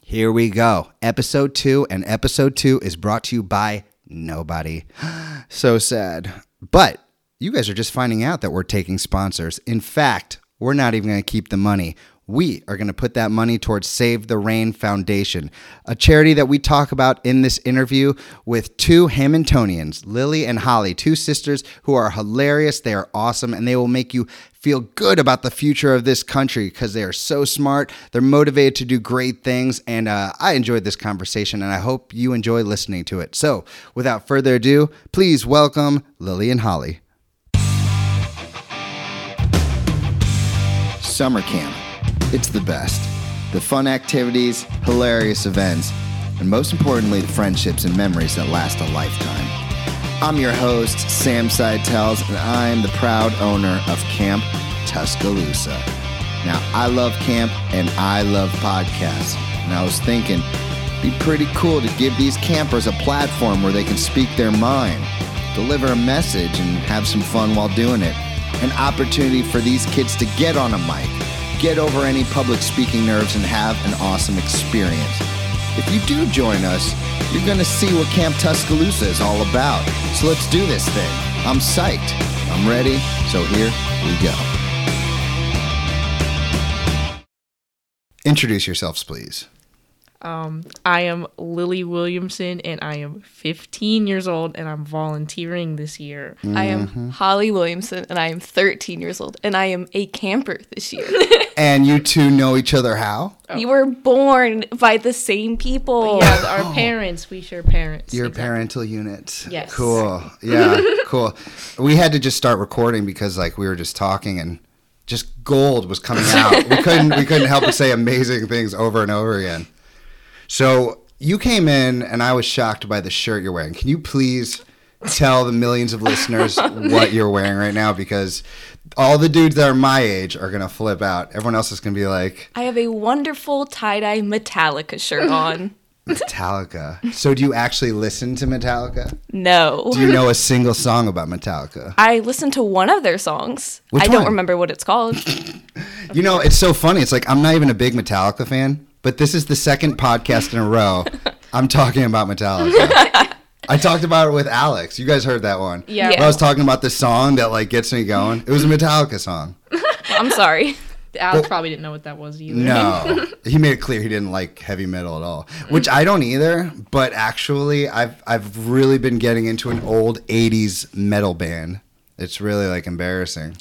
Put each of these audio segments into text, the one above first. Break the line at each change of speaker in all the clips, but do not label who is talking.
Here we go. Episode two, and episode two is brought to you by nobody. so sad. But you guys are just finding out that we're taking sponsors. In fact, we're not even going to keep the money. We are going to put that money towards Save the Rain Foundation, a charity that we talk about in this interview with two Hammondtonians, Lily and Holly, two sisters who are hilarious. They are awesome, and they will make you feel good about the future of this country because they are so smart. They're motivated to do great things. And uh, I enjoyed this conversation, and I hope you enjoy listening to it. So, without further ado, please welcome Lily and Holly. Summer camp. It's the best. The fun activities, hilarious events, and most importantly, the friendships and memories that last a lifetime. I'm your host, Sam Sidetels, and I am the proud owner of Camp Tuscaloosa. Now, I love camp and I love podcasts, and I was thinking it'd be pretty cool to give these campers a platform where they can speak their mind, deliver a message, and have some fun while doing it. An opportunity for these kids to get on a mic get over any public speaking nerves and have an awesome experience. If you do join us, you're going to see what Camp Tuscaloosa is all about. So let's do this thing. I'm psyched. I'm ready. So here we go. Introduce yourselves, please.
Um, I am Lily Williamson and I am 15 years old and I'm volunteering this year.
I
Mm-hmm.
am Holly Williamson and I am 13 years old and I am a camper this year.
Oh.
And you two know each other how?
We were born by the same people.
Yeah, our parents, we share parents.
Oh. Your
Exactly.
parental unit.
Yes.
Cool. Yeah. cool. We had to just start recording because like we were just talking and just gold was coming out. we couldn't we couldn't help but say amazing things over and over again. So you came in and I was shocked by the shirt you're wearing. Can you please tell the millions of listeners what you're wearing right now? Because all the dudes that are my age are gonna flip out. Everyone else is gonna be like
I have a wonderful tie dye Metallica shirt on.
Metallica. So do you actually listen to Metallica?
No.
Do you know a single song about Metallica?
I listened to one of their songs.
Which
I
one?
don't remember what it's called.
You know, it's so funny. It's like I'm not even a big Metallica fan, but this is the second podcast in a row I'm talking about Metallica. I talked about it with Alex. You guys heard that one.
Yeah.
Where I was talking about the song that like gets me going. It was a Metallica song.
I'm sorry.
Alex
Oh.
probably didn't know what that was either.
No. he made it clear he didn't like heavy metal at all, which I don't either, but actually I've I've really been getting into an old 80s metal band. It's really like embarrassing.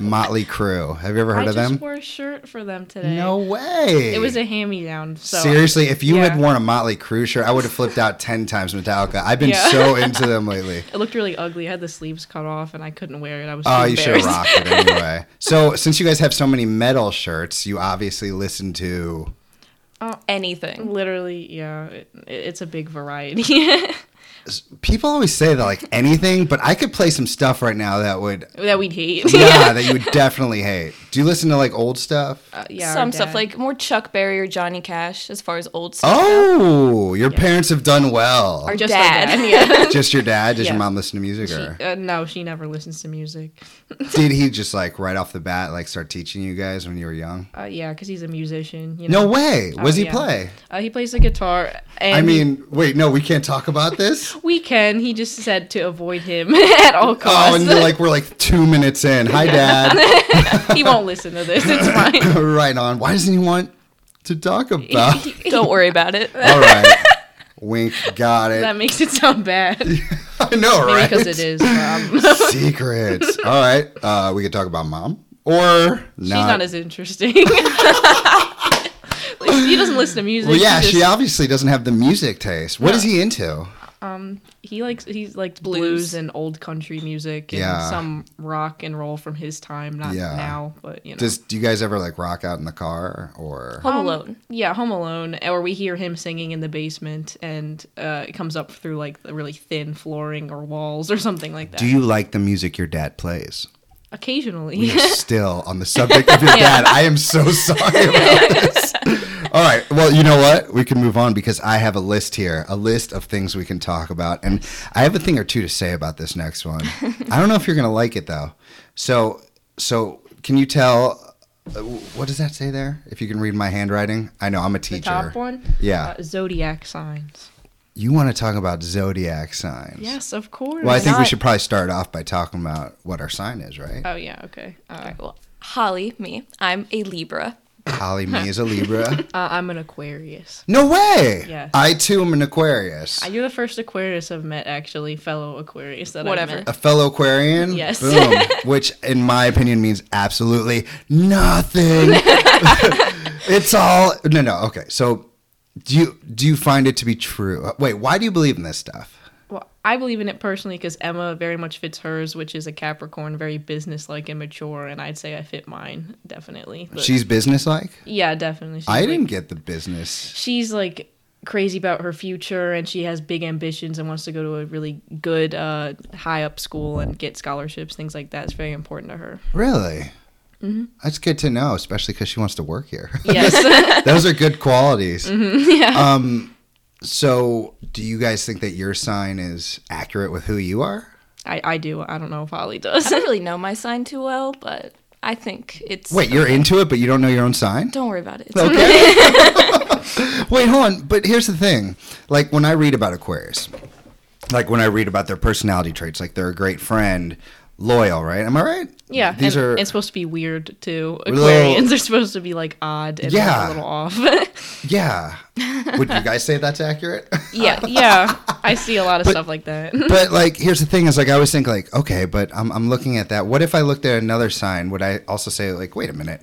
Motley Crue. Have you ever heard
I
of
just
them?
wore a shirt for them today.
No way.
It was a hand me down. So
Seriously, if you had
yeah.
worn a Motley Crue shirt, I would have flipped out 10 times Metallica. I've been
Yeah.
so into them lately.
it looked really ugly. I had the sleeves cut off and I couldn't wear it. I was too
Oh, you should
embarrassed.
have rocked it anyway. So, since you guys have so many metal shirts, you obviously listen to.
Oh.
Anything.
Literally, yeah. It, it's a big variety.
People always say that, like anything, but I could play some stuff right now that would.
that we'd hate.
Yeah, that you would definitely hate. Do you listen to like old stuff?
Uh, yeah, our
Some stuff
dad.
like more Chuck Berry or Johnny Cash as far as old stuff. go.
Oh, your parents have done well.
Our
Just our
dad.
dad.
yeah.
Just your dad? Does your
Yeah.
mom listen to music? Or
Uh, no, she never listens to music.
did he just like right off the bat like start teaching you guys when you were young?
Uh, yeah, because he's a musician. You know?
No way. Was
Oh,
he
yeah.
play?
Uh, he plays the guitar. And
I
he-
mean, wait, no, we can't talk about this.
we can. He just said to avoid him at all
Oh,
costs.
and you're like we're like two minutes in. Hi, Dad.
he won't listen to this. It's fine.
right on. Why doesn't he want to talk about?
Don't worry about it.
Um,
All right. Wink. Got it.
That makes it sound bad. Maybe
I know, right?
because it is. Um,
Secrets. All right. Uh, we could talk about mom or not.
she's not as interesting. he doesn't listen to music.
well, yeah,
he
she
just-
obviously doesn't have the music taste. What is he into?
He likes he likes blues.
Blues.
and old country music and
Yeah.
some rock and roll from his time, not
Yeah.
now, but you know.
Does do you guys ever like rock out in the car or?
Home Alone.
yeah, Home Alone, or we hear him singing in the basement, and uh, it comes up through like the really thin flooring or walls or something like that.
Do you like the music your dad plays?
Occasionally,
We are still on the subject of your dad. I am so sorry about this. All right. Well, you know what? We can move on because I have a list here, a list of things we can talk about. And I have a thing or two to say about this next one. I don't know if you're going to like it though. So, so can you tell uh, what does that say there? If you can read my handwriting, I know I'm a
The
teacher.
top one?
Yeah.
Uh, zodiac signs.
You want to talk about zodiac signs?
Yes, of course.
Well, I think we
not?
should probably start off by talking about what our sign is, right?
Oh, yeah, okay. Uh,
Well, Holly, me, I'm a Libra.
Holly, me is a Libra.
uh, I'm an Aquarius.
No way.
Yes.
I too am an Aquarius.
Uh, You're the first Aquarius I've met, actually, fellow Aquarius that
Whatever.
I've met.
a fellow Aquarian.
Yes.
Boom. Which, in my opinion, means absolutely nothing. it's all no, no. Okay, so do you do you find it to be true? Uh, Wait, why do you believe in this stuff?
Well, I believe in it personally because Emma very much fits hers, which is a Capricorn, very businesslike and mature, and I'd say I fit mine, definitely. But-
She's businesslike.
yeah, definitely. She's
I
like-
didn't get the business.
she's like crazy about her future and she has big ambitions and wants to go to a really good uh, high up school and get scholarships things like that it's very important to her
Really. That's good to know, especially because she wants to work here.
yes
Those are good qualities. Um, so, do you guys think that your sign is accurate with who you are?
I, I do i don't know if holly
I
does
don't really know my sign too well, but I think it's.
Wait, you're into it, but you don't know your own sign?
Don't worry about it. It's
Okay. Wait, hold on. But here's the thing. Like when I read about Aquarius, like when I read about their personality traits, like they're a great friend, loyal, right? Am I right?
yeah
These
and
are
it's supposed to be weird too
Little-
aquarians are supposed to be like odd and like,
Yeah.
a little off
yeah. Would you guys say that's accurate?
yeah yeah i see a lot of stuff like that
but like here's the thing is like I always think like, okay, but I'm I'm looking at that. What if I looked at another sign? Would I also say like, wait a minute?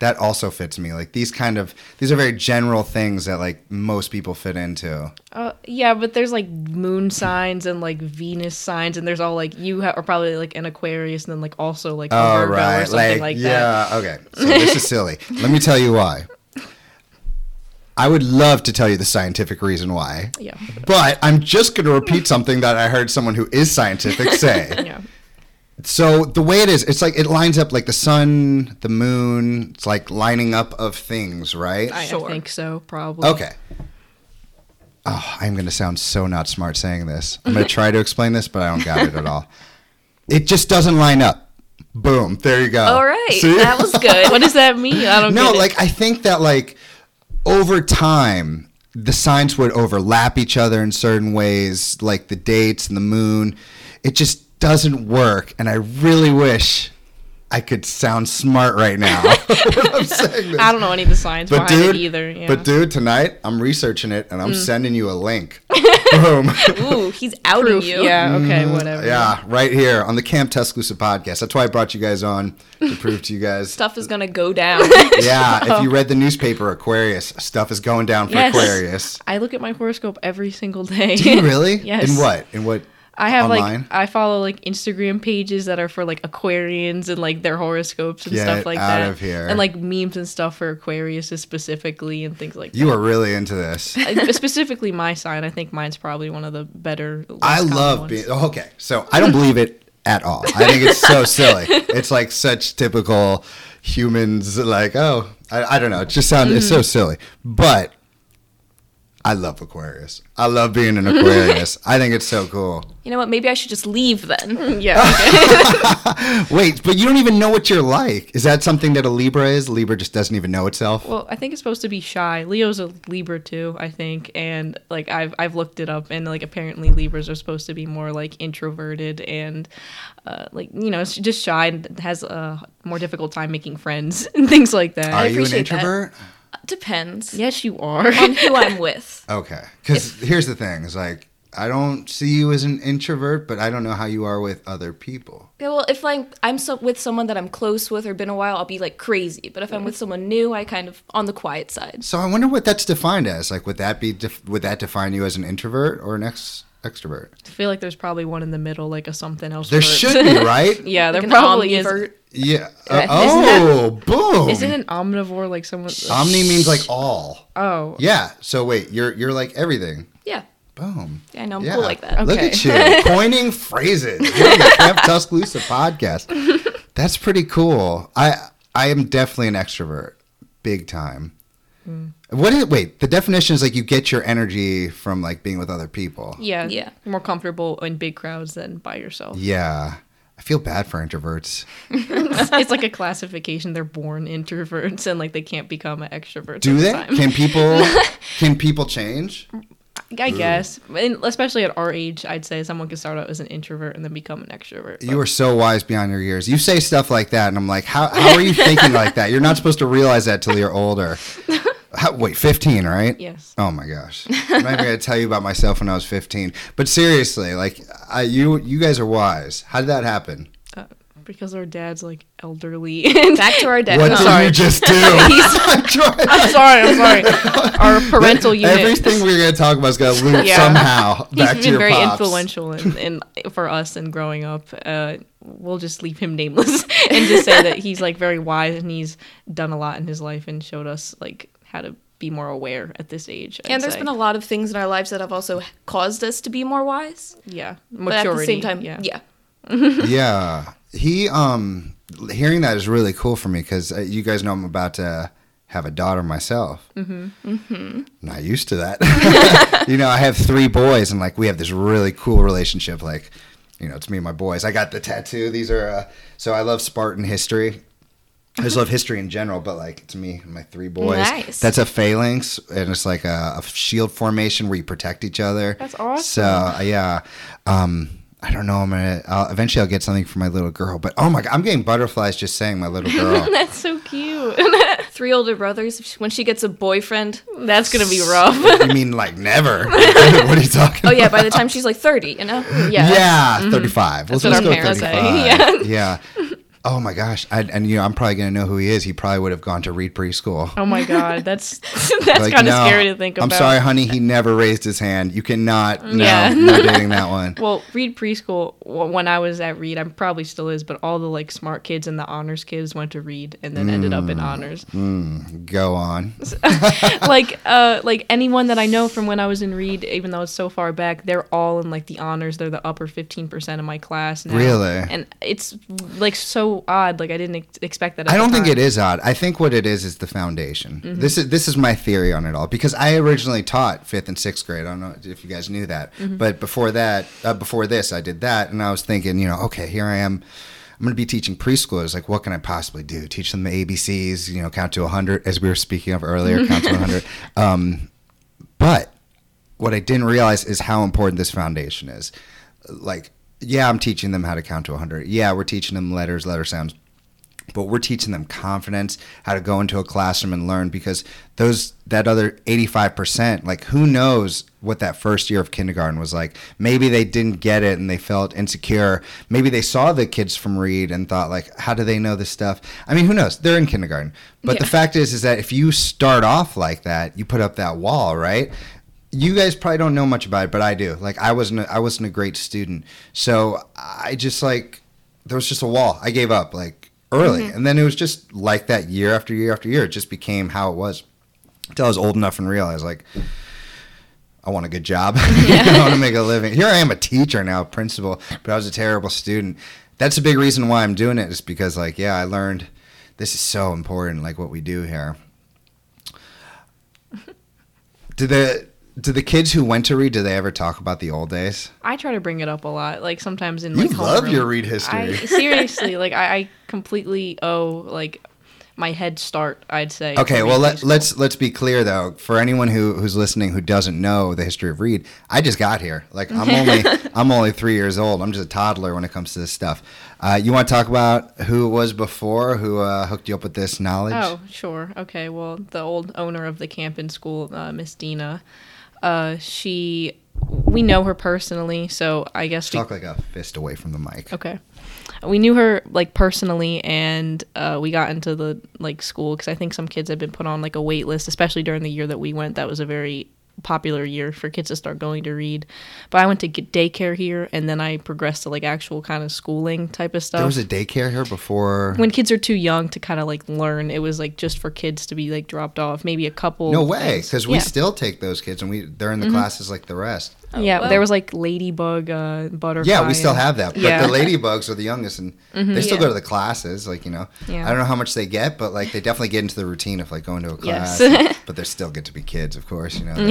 That also fits me. Like these kind of these are very general things that like most people fit into.
Uh, yeah, but there's like moon signs and like Venus signs, and there's all like you ha- are probably like an Aquarius, and then like also like a
Oh,
Virgo or something like, that.
yeah, okay. So this is silly. Let me tell you why. I would love to tell you the scientific reason why,
Yeah,
but I'm just going to repeat something that I heard someone who is scientific say.
yeah,
so the way it is, it's like it lines up like the sun, the moon. It's like lining up of things, right?
I, I
Sure.
think so, probably.
Okay. Oh, I'm going to sound so not smart saying this. I'm going to try to explain this, but I don't got it at all. It just doesn't line up. Boom. There you go.
All right.
See?
That was good.
What does that mean? I don't
no,
get it.
like I think that like over time the signs would overlap each other in certain ways, like the dates and the moon. It just doesn't work, and I really wish I could sound smart right now when I'm saying this.
I don't know any of the science
But
behind
dude,
it either. Yeah. Mm.
but dude, tonight I'm researching it and I'm sending you a link. Boom.
Ooh, he's outing
Proof,
you.
Yeah. Okay. Whatever.
Mm, yeah, right here on the Camp Tuscaloosa podcast. That's why I brought you guys on to prove to you guys
Stuff is gonna go down.
yeah, if you read the newspaper, Aquarius stuff is going down for
Yes.
Aquarius.
I look at my horoscope every single day.
Do you really?
Yes.
In what? In what?
I have
Online?
like I follow like Instagram pages that are for like Aquarians and like their horoscopes and
Get
stuff like
out
that,
of here.
and like memes and stuff for Aquarius specifically and things like that.
You are really into this.
I- specifically my sign. I think mine's probably one of the better. less
I
common
love
ones.
being. oh, Okay, so I don't believe it at all. I think it's so silly. It's like such typical humans. Like, oh, I, I don't know. It just sounds. It's
Mm-hmm.
so silly. But I love Aquarius. I love being an Aquarius. I think it's so cool.
You know what? Maybe I should just leave then.
Yeah. okay.
Wait, but you don't even know what you're like. Is that something that a Libra is? Libra just doesn't even know itself.
well, I think it's supposed to be shy. Leo's a Libra too, I think, and like I've I've looked it up, and like apparently Libras are supposed to be more like introverted and uh, like you know it's just shy and has a more difficult time making friends and things like that.
Are you an
appreciate that.
introvert?
Depends
yes, you are.
on who I'm with.
Okay. Because here's the thing: is like I don't see you as an introvert, but I don't know how you are with other people.
Yeah, well, if like I'm so with someone that I'm close with or been a while, I'll be like crazy. But if I'm with someone new, I kind of on the quiet side.
So I wonder what that's defined as. Like, would that be def- would that define you as an introvert or an ex- extrovert?
I feel like there's probably one in the middle, like a something else.
There
word.
should be, right?
yeah, there
Like an
probably is.
yeah.
omnivert.
Yeah,
Uh,
isn't
oh, boom!
Isn't an omnivore like someone?
Omni means like all.
oh,
Yeah. So wait, you're you're like everything.
Yeah,
Boom.
yeah, I know I'm
Yeah.
cool like that.
Look
Okay.
at you coining phrases here on the Camp Tuscaloosa podcast. That's pretty cool. I I am definitely an extrovert, big time.
Mm.
What is wait? The definition is like you get your energy from like being with other people.
Yeah.
Yeah.
More comfortable in big crowds than by yourself.
Yeah. I feel bad for introverts.
it's like a classification. They're born introverts and like they can't become an extrovert.
Do
at the
they?
time.
Can people can people change? Mm.
I guess, and especially at our age, I'd say someone can start out as an introvert and then become an extrovert.
You are so wise beyond your years. You say stuff like that, and I'm like, how, how are you thinking like that? You're not supposed to realize that till you're older. How, wait, 15, right?
Yes.
Oh my gosh. I'm not even going to tell you about myself when I was 15. But seriously, like, I, you you guys are wise. How did that happen?
uh, because our dad's like elderly. And
Back to our dad.
What
Oh,
did you just do? I'm trying.
I'm sorry, I'm sorry. Our parental unit.
Everything we are going to talk about is going to loop
Yeah.
somehow
He's
back to
been
your
very
pops.
influential in, in for us and growing up. Uh, we'll just leave him nameless and just say that he's like very wise and he's done a lot in his life and showed us like how to be more aware at this age. I'd
and there's
say.
been a lot of things in our lives that have also caused us to be more wise.
yeah
But
maturity.
at the same time,
yeah.
yeah.
yeah he um hearing that is really cool for me because uh, you guys know i'm about to have a daughter myself mm-hmm. Mm-hmm. not used to that you know i have three boys and like we have this really cool relationship like you know it's me and my boys i got the tattoo these are uh, so i love spartan history I just love history in general, but like it's me and my three boys.
Nice.
That's a phalanx, and it's like a, a shield formation where you protect each other.
That's awesome.
So uh, yeah, um, I don't know. I'm gonna I'll, eventually I'll get something for my little girl. But oh my god, I'm getting butterflies just saying my little girl.
That's so cute.
Three older brothers. If she- When she gets a boyfriend,
That's gonna be rough.
you mean like never? what are you talking?
oh yeah, by the time she's like 30, you know? Yeah.
Yeah, 35. Let's,
Mm-hmm. what
let's go
our parents say.
35. Yeah. Oh my gosh. I, and you know, I'm probably going to know who he is. He probably would have gone to Reed Preschool.
Oh my god, that's that's
Like,
kind of
no,
scary to think about. Mm,
I'm sorry, honey. He never raised his hand. You cannot. No,
Yeah.
you're dating that one.
Well, Reed preschool. wh- When I was at Reed, I'm probably still is, but all the like smart kids and the honors kids went to Reed and then ended up in
Mm.
honors.
Go on.
like, uh, like anyone that I know from when I was in Reed, even though it's so far back, they're all in like the honors. They're the upper 15 percent of my class. Now.
Really?
And it's like so odd. Like I didn't ex- expect that. At
I don't
the
think
time. Mm-hmm.
it is odd. I think what it is is the foundation. This is this is my theory on it all because I originally taught fifth and sixth grade. I don't know if you guys knew that,
Mm-hmm.
but before that, uh, before this, I did that, and I was thinking, you know, okay, here I am. I'm going to be teaching preschoolers. Like, what can I possibly do? Teach them the ABCs. You know, count to 100, as we were speaking of earlier. count to 100. Um, but what I didn't realize is how important this foundation is. Like, yeah, I'm teaching them how to count to 100. Yeah, we're teaching them letters, letter sounds, but we're teaching them confidence, how to go into a classroom and learn because those that other 85%, like who knows what that first year of kindergarten was like. Maybe they didn't get it and they felt insecure. Maybe they saw the kids from Reed and thought like, how do they know this stuff? I mean, who knows? They're in kindergarten. But the fact is is that if you start off like that, you put up that wall, right? you guys probably don't know much about it, but I do. Like I wasn't a, I wasn't a great student, so I just like there was just a wall. I gave up like early, and then it was just like that year after year after year. It just became how it was until I was old enough and realized like I want a good job. I want to make a living. Here I am, a teacher now, principal, but I was a terrible student. That's a big reason why I'm doing it is because like yeah, I learned this is so important. Like what we do here. Do the do the kids who went to read do they ever talk about the old days?
I try to bring it up a lot. Like sometimes in
You
like
love
homeroom.
your read
I
history.
seriously like I, I completely owe like my head start. I'd say. to
okay,
Reed
well let,
preschool.
let's let's be clear though. For anyone who who's listening who doesn't know the history of Reed, I just got here. Like I'm only I'm only three years old. I'm just a toddler when it comes to this stuff. Uh, you want to talk about who it was before who uh, hooked you up with this knowledge?
Oh, sure. Okay. Well, the old owner of the camp and school, uh, Miss Dina, uh, she, we know her personally, so I guess we
Talk like a fist away from the mic.
Okay. We knew her like personally, and uh, we got into the like school because I think some kids had been put on like a wait list, especially during the year that we went. That was a very popular year for kids to start going to read. But I went to get daycare here, and then I progressed to like actual kind of schooling type of stuff.
There was a daycare here before.
when kids are too young to kind of like learn, it was like just for kids to be like dropped off. Maybe a couple.
no way,
things.
because we
Yeah. Mm-hmm.
still take those kids and we they're in the classes like the rest.
yeah,
wow.
there was like ladybug, uh, butterfly.
Yeah, we still
and-
have that. But
Yeah. Mm-hmm.
the ladybugs are the youngest, and they still
Yeah.
go to the classes. Like you know,
Yeah.
I don't know how much they get, but like they definitely get into the routine of like going to a
Yes.
class. but they still get to be kids, of course. You know. they're-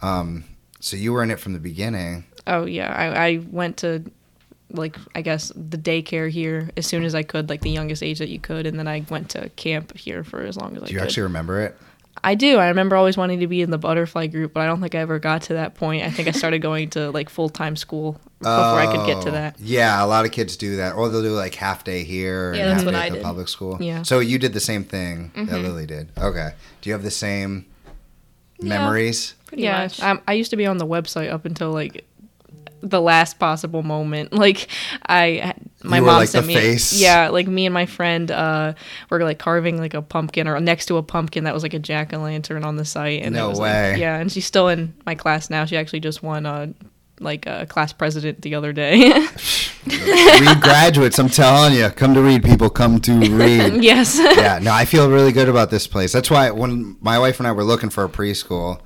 Um,
Yeah.
So you were in it from the beginning.
Oh yeah, I, I went to like I guess the daycare here as soon as I could, like the youngest age that you could, and then I went to camp here for as long as I
Do you
could.
actually remember it?
I do. I remember always wanting to be in the butterfly group, but I don't think I ever got to that point. I think I started going to like full time school before I could get to
Oh,
that.
Yeah, a lot of kids do that, or they'll do like half day here
Yeah,
and
that's
half
what
day
I
at the
did.
public school.
Yeah. Mm-hmm.
So you did the same thing that Lily did. Okay. Do you have the same memories?
Pretty
yeah,
much.
I, I used to be on the website up until like the last possible moment. Like I, my
You were,
mom
like,
sent
the
me.
face?
Yeah, like me and my friend uh, were like carving like a pumpkin or next to a pumpkin that was like a jack o' lantern on the site. And it
No
was,
way.
Like, yeah, and she's still in my class now. She actually just won uh, like a class president the other day.
read graduates, I'm telling you. Come to read, people. Come to read.
yes.
yeah, no, I feel really good about this place. That's why when my wife and I were looking for a preschool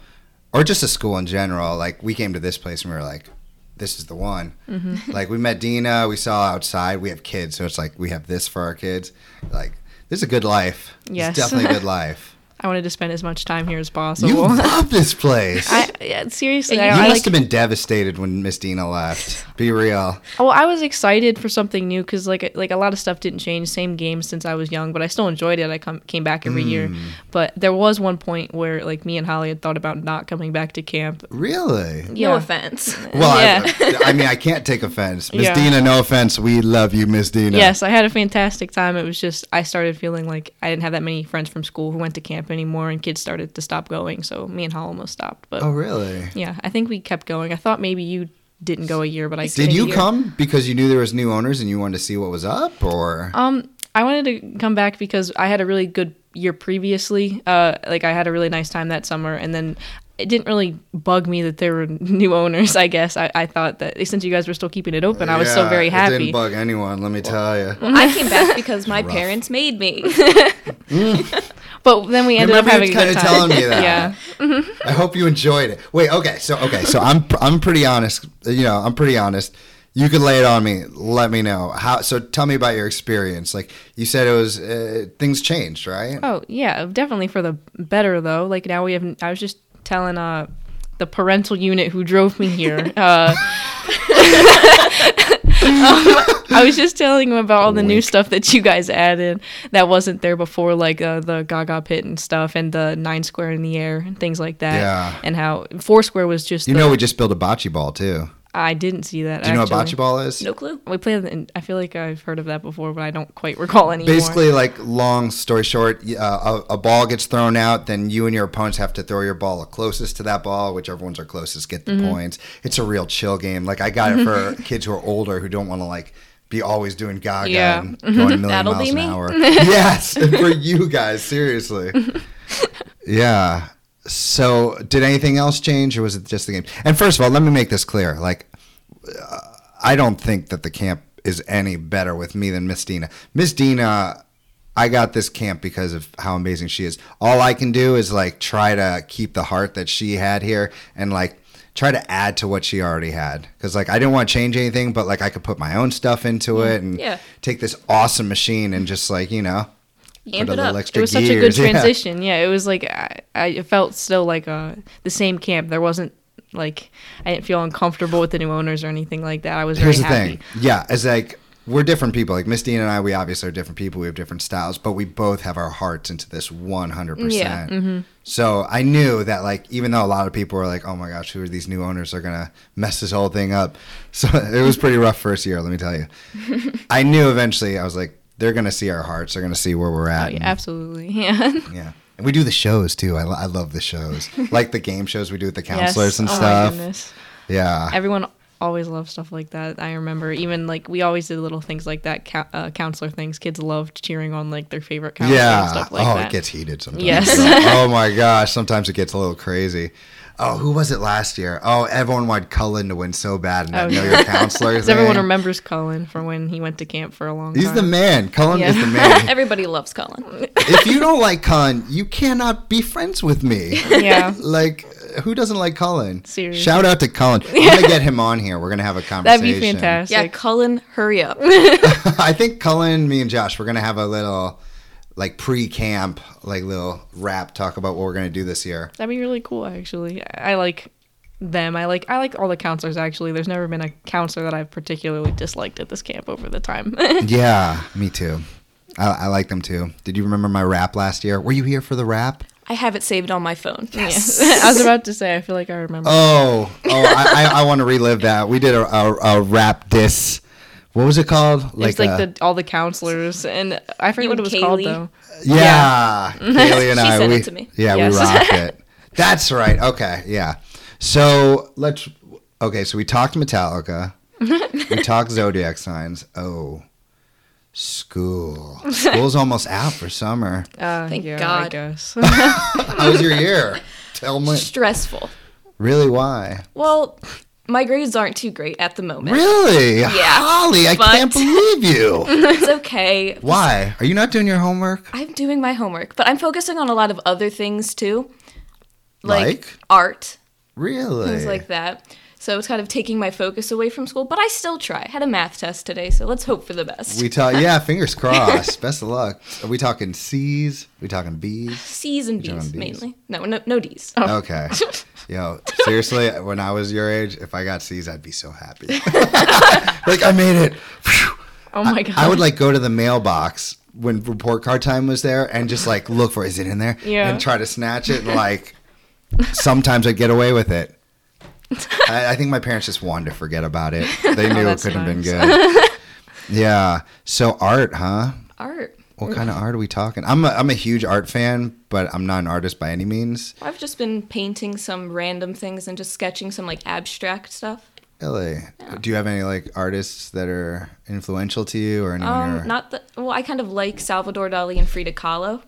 or just a school in general, like we came to this place and we were like, this is the one.
Mm-hmm.
Like we met Dina, we saw outside, we have kids, so it's like we have this for our kids. Like this is a good life.
Yes.
It's definitely a good life.
I wanted to spend as much time here as
You
possible.
love this place.
I, yeah, seriously,
Yeah,
I,
you
I
must
like
have been devastated when Miss Dina left. Be real.
Well, I was excited for something new because like like a lot of stuff didn't change, same game since I was young, but I still enjoyed it. I come, came back every year,
Mm.
but there was one point where like me and Holly had thought about not coming back to camp.
Really?
No
Yeah.
offense.
Well,
Yeah.
I, I mean, I can't take offense. Miss
Yeah.
Dina, no offense. We love you, Miss Dina.
Yes, I had a fantastic time. It was just I started feeling like I didn't have that many friends from school who went to camp anymore, and kids started to stop going. So me and Holly almost stopped, but
Oh, really?
yeah, I think we kept going. I thought maybe you didn't go a year, but I
Did
stayed a
you
year.
come because you knew there was new owners and you wanted to see what was up, or
Um, I wanted to come back because I had a really good year previously. Uh, like I had a really nice time that summer, and then it didn't really bug me that there were new owners. I guess I, I thought that since you guys were still keeping it open, I was so
Yeah,
very
It
happy.
didn't bug anyone, let me tell you.
I came back because my
Rough.
parents made me.
but then we ended up
Remember
having a
kind
good
of
time.
telling me that.
yeah,
I hope you enjoyed it. Wait, okay, so okay, so I'm I'm pretty honest. You know, I'm pretty honest. You could lay it on me. Let me know how. So tell me about your experience. Like you said, it was uh, things changed, right?
Oh yeah, definitely for the better though. Like now we have. I was just telling uh the parental unit who drove me here. Uh, um, I was just telling him about all the new
Wink.
stuff that you guys added that wasn't there before, like uh, the Gaga Pit and stuff, and the nine square in the air and things like that.
Yeah.
And how four square was just.
You
the-
know, we just built a bocce ball too.
I didn't see that.
Do you know
actually.
what bocce ball is?
No clue.
We played. in- I feel like I've heard of that before, but I don't quite recall anymore.
Basically, like long story short, y- uh, a, a ball gets thrown out, then you and your opponents have to throw your ball closest to that ball, whichever ones are closest get the points. It's a real chill game. Like I got it for kids who are older who don't want to like be always doing Gaga
Yeah.
and going a 1000000
That'll
miles
be
an
me.
hour. yes, for you guys, seriously. yeah. So, did anything else change, or was it just the game? And first of all, let me make this clear: like I don't think that the camp is any better with me than Miss Dina. Miss Dina, I got this camp because of how amazing she is. All I can do is like try to keep the heart that she had here and like try to add to what she already had because like I didn't want to change anything, but like I could put my own stuff into it and
Yeah.
take this awesome machine and just like you know.
Amp
put
it
a
up.
little
it
extra
was such a good
gears. Yeah.
transition. Yeah, it was like I, I felt still like uh, the same camp. There wasn't like I didn't feel uncomfortable with the new owners or anything like that. I was very
Here's the
happy.
thing. Yeah, it's like we're different people. Like Miss Dean and I, we obviously are different people. We have different styles, but we both have our hearts into this 100%.
Yeah,
mm-hmm.
So I knew that, like, even though a lot of people were like, oh my gosh, who are these new owners? They're going to mess this whole thing up. So it was pretty rough first year, let me tell you. I knew eventually, I was like, they're going to see our hearts. They're going to see where we're at.
Oh, Yeah,
and-
absolutely. Yeah.
yeah. And we do the shows too. I, lo- I love the shows. like the game shows we do with the counselors and
oh
stuff.
My goodness.
Yeah.
Everyone always loved stuff like that. I remember even like we always did little things like that, cou- uh, counselor things. Kids loved cheering on like their favorite counselor and stuff like
oh,
that.
it gets heated sometimes.
Yes.
oh my gosh, sometimes it gets a little crazy. Oh, who was it last year? Oh, everyone wanted Cullen to win so bad, and I
Oh,
know
yeah.
your counselor.
'Cause everyone
thing.
remembers Cullen from when he went to camp for a long
He's
time.
the man. Cullen is
Yeah.
the man.
Everybody loves Colin.
if you don't like Cullen, you cannot be friends with me.
yeah.
Like, who doesn't like Cullen?
Seriously.
Shout out to Cullen. We're gonna get him on here. We're gonna have a
That'd
conversation.
be fantastic.
Yeah, Cullen, hurry up.
I think Cullen, me and Josh, we're gonna have a little like pre-camp, like little rap talk about what we're gonna do this year.
That'd be really cool, actually. I I like them. I like I like all the counselors actually. There's never been a counselor that I've particularly disliked at this camp over the time.
Yeah, me too. I, I like them too. Did you remember my rap last year? Were you here for the rap?
I have it saved on my phone. Yes.
I was about to say I feel like I remember.
Oh, oh, I, I, I want to relive that. We did a, a, a rap diss. What was it called? Like, uh,
it's like
a-
the all the counselors and I forget
You
what it
and
was called
Kaylee.
though.
yeah, Kaylee and
She
I.
sent
we,
it to me.
Yeah, we
Yes.
rocked it. That's right. Okay, yeah. So let's. Okay, so we talked Metallica. we talked zodiac signs. Oh, school. School's almost out for summer.
Uh,
Thank
yeah, I
God.
guess.
How was your year? Tell me.
Stressful.
Really? Why?
Well, my grades aren't too great at the moment.
Really?
Yeah,
Holly, I
but-
can't believe you.
It's okay.
Why? Are you not doing your homework?
I'm doing my homework, but I'm focusing on a lot of other things too. Like,
Like?
art,
Really?
things like that. So it's kind of taking my focus away from school, but I still try. I had a math test today, so let's hope for the best.
we talk. Yeah, fingers crossed. Best of luck. Are we talking C's? we talking B's?
C's and
You're
B's,
doing Bs?
mainly. No, no, no D's.
Oh.
Okay. Yo, seriously, when I was your age, if I got C's, I'd be so happy. like I made it. Phew.
Oh my god.
I would like go to the mailbox when report card time was there and just like look for is it in there?
Yeah.
And try to snatch it and like sometimes I'd get away with it. I, I think my parents just wanted to forget about it. They knew it
that's
couldn't have been good. yeah. So art, huh?
Art.
What kind of art are we talking? I'm a, I'm a huge art fan, but I'm not an artist by any means.
I've just been painting some random things and just sketching some like abstract stuff.
Really? Do you have any like artists that are influential to you or anyone?
Um,
you're-
not that. Well, I kind of like Salvador Dali and Frida Kahlo.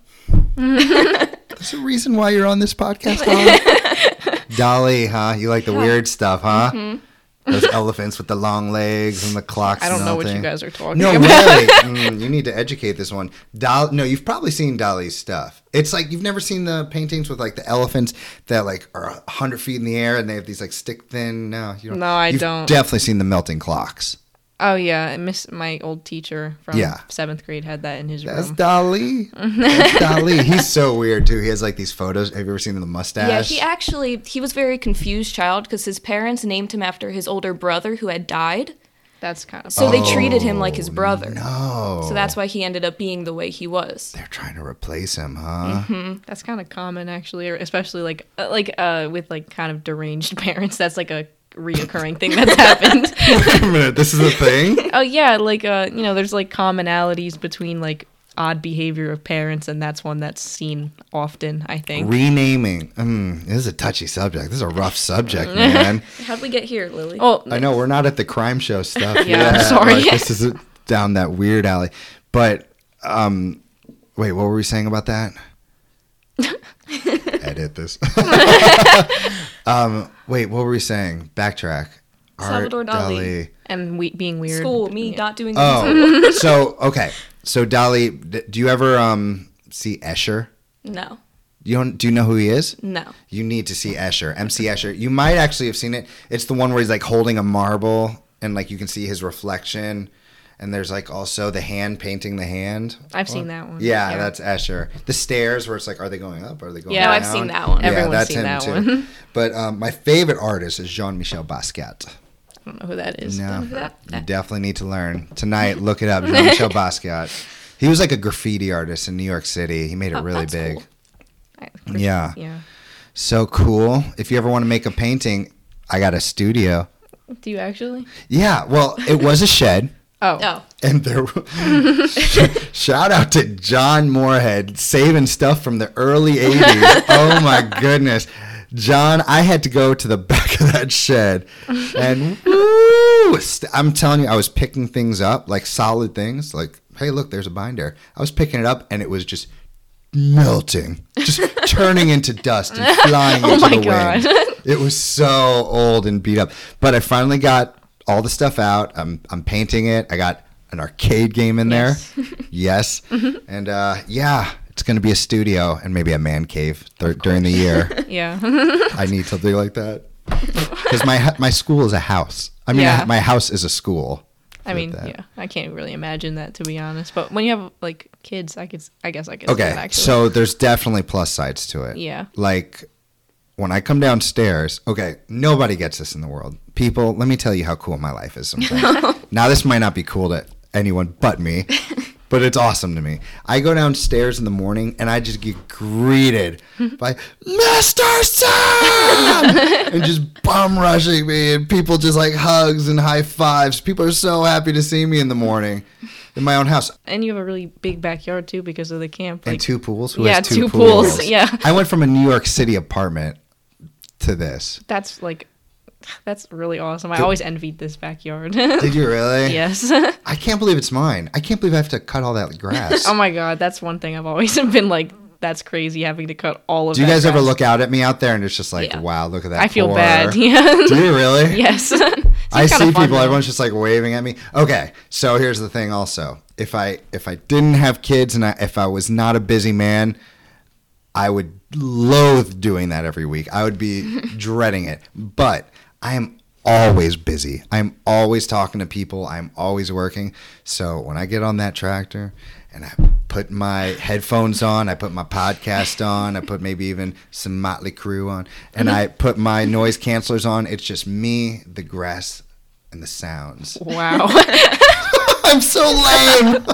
There's a reason why you're on this podcast, Dolly. Dolly, huh? You like the weird stuff, huh? Those elephants with the long legs and the clocks.
Mm-hmm. I don't
and
know
all
what
thing.
you guys are talking
No,
about.
really. Mm, you need to educate this one. Dolly. No, you've probably seen Dolly's stuff. It's like you've never seen the paintings with like the elephants that like are hundred feet in the air and they have these like stick thin. No, you don't.
No, I
You've
don't.
Definitely seen the melting clocks.
Oh yeah, I miss my old teacher from
Yeah.
seventh grade had that in his
That's
room.
Dolly. That's Dolly. He's so weird too. He has like these photos. Have you ever seen the mustache?
Yeah, he actually he was a very confused child because his parents named him after his older brother who had died.
That's kind of
So they treated him like his brother.
Oh.
So that's why he ended up being the way he was.
They're trying to replace him, huh?
that's kind of common actually, or especially like uh, like uh with like kind of deranged parents. That's like a reoccurring thing that's happened.
Wait a minute, Mm-hmm. this is a thing?
Oh yeah, like uh you know, there's like commonalities between like odd behavior of parents, and that's one that's seen often. I think.
Renaming. Mm, this is a touchy subject. This is a rough subject, man.
How'd we get here, Lily?
Oh,
I know we're not at the crime show stuff.
Yeah, I'm sorry.
like, this is down that weird alley. But um wait, what were we saying about that? Edit this. um wait, what were we saying? Backtrack. Art,
Salvador Dali.
Dali.
and we being weird.
School, me not doing
Oh, so okay. So Dali, d- do you ever um see Escher?
No.
You don't, do you know who he is?
No.
You need to see Escher, MC Escher. You might actually have seen it. It's the one where he's like holding a marble and like you can see his reflection. And there's like also the hand painting the hand.
I've seen that one.
Yeah, that's Escher. The stairs where it's like, are they going up? Are they going
Yeah,
down?
No,
I've seen that one.
Everyone's seen that one.
But um, my favorite artist is Jean Michel Basquiat.
I don't know who that is.
No, you definitely need to learn tonight. Look it up, Jean Michel Basquiat. He was like a graffiti artist in New York City. He made it
Oh,
really
that's
big.
cool.
I-
Yeah.
Yeah.
So cool. If you ever want to make a painting, I got a studio.
Do you actually?
Yeah, well, it was a shed.
Oh.
Oh.
And there, shout out to John Moorhead saving stuff from the early 80s. Oh my goodness. John, I had to go to the back of that shed and woo, st- I'm telling you, I was picking things up, like solid things, like, hey, look, there's a binder. I was picking it up and it was just melting, just turning into dust and flying
Oh
into
my
the wind. It was so old and beat up. But I finally got all the stuff out. I'm I'm painting it. I got an arcade game in there. yes.
Mm-hmm.
And uh, yeah, it's gonna be a studio and maybe a man cave dur- during the year.
Yeah.
I need something like that because my hu- my school is a house. I mean,
Yeah.
my house is a school.
I mean,
that.
yeah. I can't really imagine that to be honest. But when you have like kids, I could. I guess I could. see that,
Okay,
actually.
so there's definitely plus sides to it.
Yeah.
Like when I come downstairs, okay, nobody gets this in the world. People, let me tell you how cool my life is sometimes. now, this might not be cool to anyone but me, but it's awesome to me. I go downstairs in the morning and I just get greeted by Mr. Sam and just bum rushing me, and people just like hugs and high fives. People are so happy to see me in the morning in my own house.
And you have a really big backyard too because of the camp.
And
Like,
two pools. Who
Yeah,
has two,
two pools, yeah.
I went from a New York City apartment to this.
that's like, that's really awesome. I always envied this backyard.
Did you really?
yes.
I can't believe it's mine. I can't believe I have to cut all that grass.
oh my god, that's one thing I've always been like. That's crazy having to cut all of.
Do you
that
guys ever
grass.
look out at me out there and it's just like,
Yeah.
wow, look at that?
I feel
poor-
bad. Yeah.
Do you really?
yes.
I
Seems
see
kinda
people.
fun, though.
Everyone's just like waving at me. Okay, so here's the thing. Also, if I if I didn't have kids and I, if I was not a busy man, I would loathe doing that every week. I would be dreading it. But I am always busy. I'm always talking to people. I'm always working. So when I get on that tractor and I put my headphones on, I put my podcast on, I put maybe even some Motley Crue on, and I put my noise cancelers on, it's just me, the grass, and the sounds.
Wow,
I'm so lame.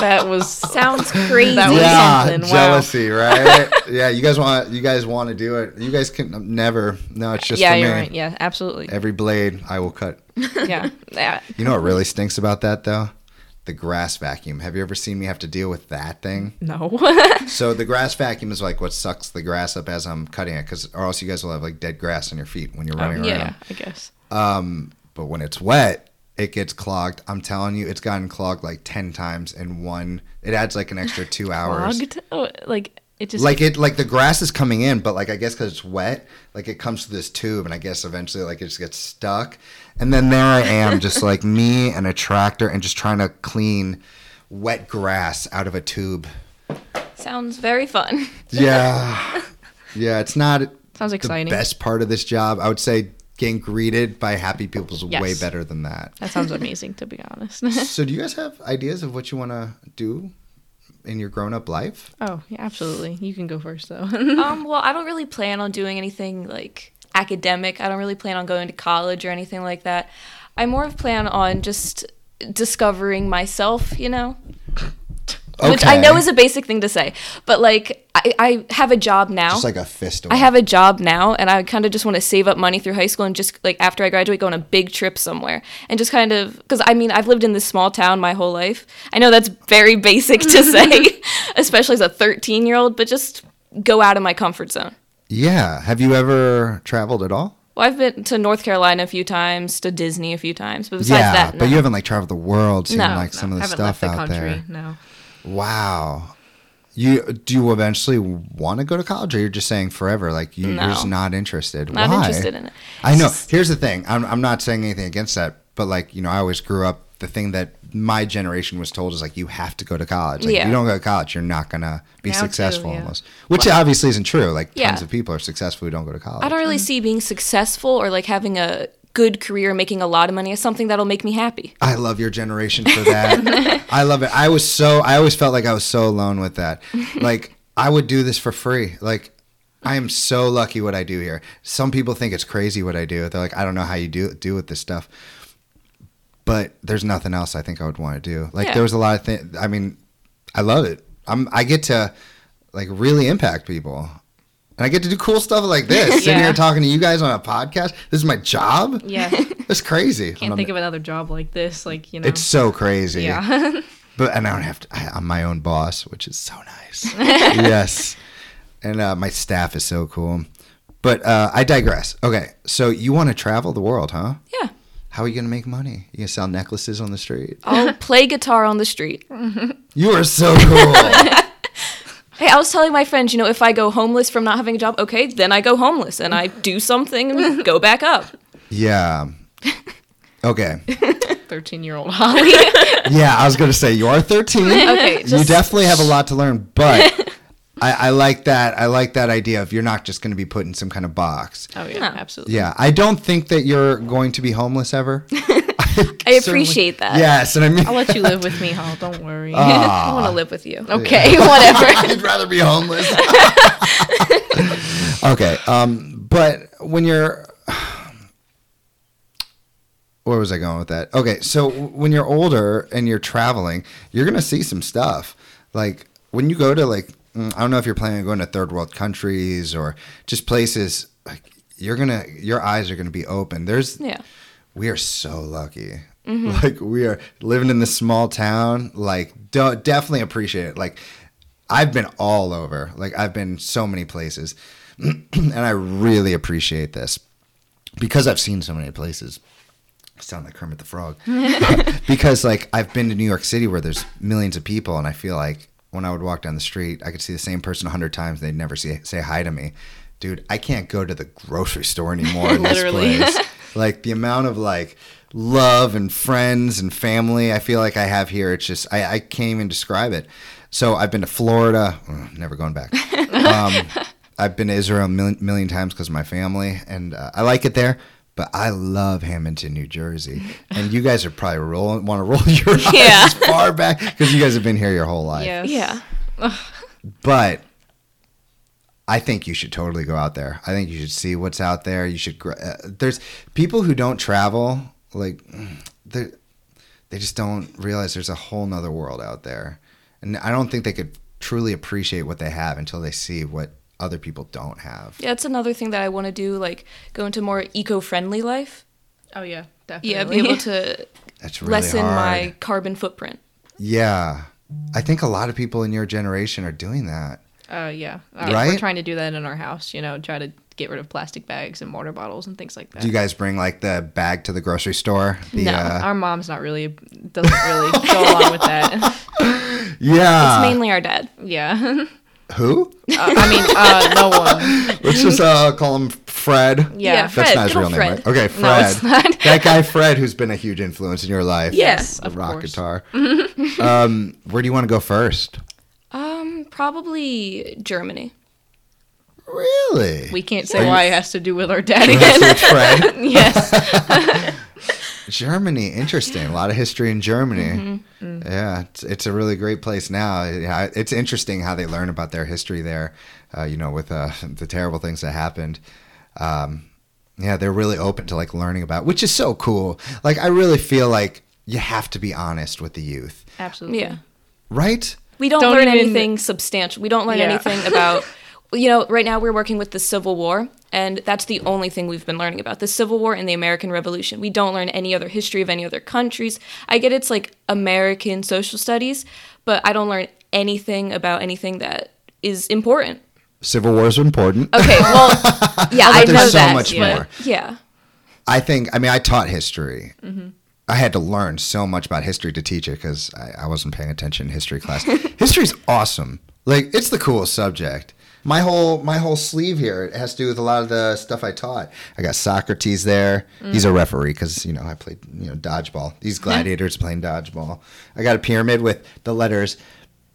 that was
Sounds crazy.
That was-
yeah,
something, wow.
jealousy, right? yeah, you guys want you guys want to do it. You guys can um, never. No, it's just
yeah,
for
you're
me.
right. Yeah, absolutely.
Every blade I will cut.
Yeah, yeah.
You know what really stinks about that though? The grass vacuum. Have you ever seen me have to deal with that thing?
No.
So the grass vacuum is like what sucks the grass up as I'm cutting it, because or else you guys will have like dead grass on your feet when you're running around.
Oh, yeah, I guess.
But when it's wet, it gets clogged. I'm telling you, it's gotten clogged like ten times in one. It adds like an extra two hours.
Clogged? Oh, like it just
like it like the grass is coming in but like i guess because it's wet like it comes to this tube and i guess eventually like it just gets stuck and then there i am just like me and a tractor and just trying to clean wet grass out of a tube
Sounds very fun.
yeah yeah it's not
sounds exciting.
the best part of this job i would say getting greeted by happy people is way
Yes.
better than that
That sounds amazing, to be honest.
so do you guys have ideas of what you want to do in your grown-up life
oh, yeah, absolutely. You can go first, though.
um, well, I don't really plan on doing anything like academic. I don't really plan on going to college or anything like that. I more of plan on just discovering myself, you know, which I know
Okay.
is a basic thing to say, but like I, I have a job now.
just like a fist
I have a job now, and I kind of just want to save up money through high school and just like after I graduate, go on a big trip somewhere and just kind of because I mean I've lived in this small town my whole life. I know that's very basic to say, especially as a 13 year old, but just go out of my comfort zone.
yeah have you ever traveled at all
Well, I've been to North Carolina a few times, to Disney a few times, but besides that,
but
no.
you haven't like traveled the world, seen
No,
like some of the
haven't
stuff
left the
out
country.
there.
No.
Wow. You do you eventually want to go to college, or you're just saying forever? Like you, are
No.
just not interested.
not
Why?
interested in it.
I
It's
know.
just-
Here's the thing. I'm I'm not saying anything against that, but like you know, I always grew up. The thing that my generation was told is like you have to go to college. Like if
Yeah.
you don't go to college, you're not gonna be
Now too,
successful.
yeah.
Almost, which obviously isn't true. Like
Yeah.
tons of people are successful who don't go to college.
I don't really see being successful or like having a good career, making a lot of money as something that'll make me happy.
I love your generation for that. I love it. I was so I always felt like I was so alone with that. Like I would do this for free. Like I am so lucky what I do here. Some people think it's crazy what I do. They're like, I don't know how you do do with this stuff. But there's nothing else I think I would want to do. Like
Yeah.
there was a lot of things. I mean, I love it. I'm I get to like really impact people. And I get to do cool stuff like this. Sitting
Yeah.
here talking to you guys on a podcast. This is my job.
Yeah.
That's crazy.
Can't think of another job like this. Like, you know.
It's
Um,
so crazy.
yeah.
But and I don't have to. I, I'm my own boss, which is so nice. yes, and uh, my staff is so cool. But uh, I digress. Okay, so you want to travel the world, huh?
Yeah.
How are you gonna make money? You gonna sell necklaces on the street?
I'll play guitar on the street.
You are so cool.
Hey, I was telling my friends, you know, if I go homeless from not having a job, okay, then I go homeless and I do something and go back up.
yeah. Okay.
13 year old Holly.
Yeah, I was gonna say you are 13.
Okay,
you
just
definitely have a lot to learn, but I, I like that. I like that idea of you're not just gonna be put in some kind of box.
Oh, yeah,
No.
absolutely.
Yeah, I don't think that you're going to be homeless ever.
I appreciate that.
Yes, and I mean,
I'll let you live with me, Hall. Don't worry.
Oh,
I want to live with you.
okay, whatever.
I'd rather be homeless. okay, um, But when you're where was I going with that? Okay, so w- when you're older and you're traveling, you're gonna see some stuff. Like when you go to like mm, I don't know if you're planning on going to third world countries or just places like you're gonna your eyes are gonna be open. There's
Yeah.
we are so lucky. Like we are living in this small town. Like do- definitely appreciate it. Like I've been all over. Like I've been so many places, and I really appreciate this because I've seen so many places. I sound like Kermit the Frog. because like I've been to New York City where there's millions of people, and I feel like when I would walk down the street, I could see the same person a hundred times. They'd never see, say hi to me. Dude, I can't go to the grocery store anymore in this
Literally.
place. like the amount of like love and friends and family I feel like I have here, it's just I, I can't even describe it. So I've been to Florida, mm, never going back. Um, I've been to Israel a million, million times because of my family, and uh, I like it there. But I love Hamilton, New Jersey, and you guys are probably rolling, want to roll your eyes
Yeah.
as far back because you guys have been here your whole life.
Yes.
Yeah.
But I think you should totally go out there. I think you should see what's out there. You should. gr- Uh, there's people who don't travel, like they they just don't realize there's a whole nother world out there, and I don't think they could truly appreciate what they have until they see what other people don't have.
Yeah, that's another thing that I want to do, like go into more eco-friendly life.
Oh yeah, definitely.
Yeah, be able to
That's really
lessen
hard.
my carbon footprint.
Yeah, I think a lot of people in your generation are doing that.
Uh, yeah. Uh,
Right?
We're trying to do that in our house, you know, try to get rid of plastic bags and water bottles and things like that.
Do you guys bring like the bag to the grocery store? The,
No,
uh,
Our mom's not really doesn't really go along with that.
yeah.
it's mainly our dad.
Yeah.
Who?
Uh, I mean, uh, no one.
Let's just uh, call him Fred.
Yeah.
Yeah,
That's
Fred.
That's not his
good
real
old
name,
Fred.
right? Okay,
No,
Fred.
it's not.
that guy Fred, who's been a huge influence in your life.
Yes.
The
Of
rock
course.
guitar. um, where do you want to go first?
Um, probably Germany.
Really?
We can't
Are
say
you-
why it has to do with our dad again.
That's with Fred.
yes.
Germany, interesting. A lot of history in Germany.
Mm-hmm. Mm.
Yeah, it's, it's a really great place now. Yeah, It's interesting how they learn about their history there, uh, you know, with uh, the terrible things that happened. Um, yeah, they're really open to like learning about, which is so cool. Like, I really feel like you have to be honest with the youth,
Absolutely.
Yeah.
right?
We don't,
Don't
learn
even-
anything substantial. We don't learn
Yeah.
anything about you know, right now we're working with the Civil War and that's the only thing we've been learning about. The Civil War and the American Revolution. We don't learn any other history of any other countries. I get it's like American social studies, but I don't learn anything about anything that is important.
Civil War is important.
Okay, well, yeah, Oh, I
But
know
there's so
that.
much
but-
more.
Yeah.
I think, I mean, I taught history. I had to learn so much about history to teach it because I, I wasn't paying attention in history class. History's awesome. Like, it's the coolest subject. My whole my whole sleeve here it has to do with a lot of the stuff I taught. I got Socrates there. He's a referee because you know I played you know dodgeball. These gladiators playing dodgeball. I got a pyramid with the letters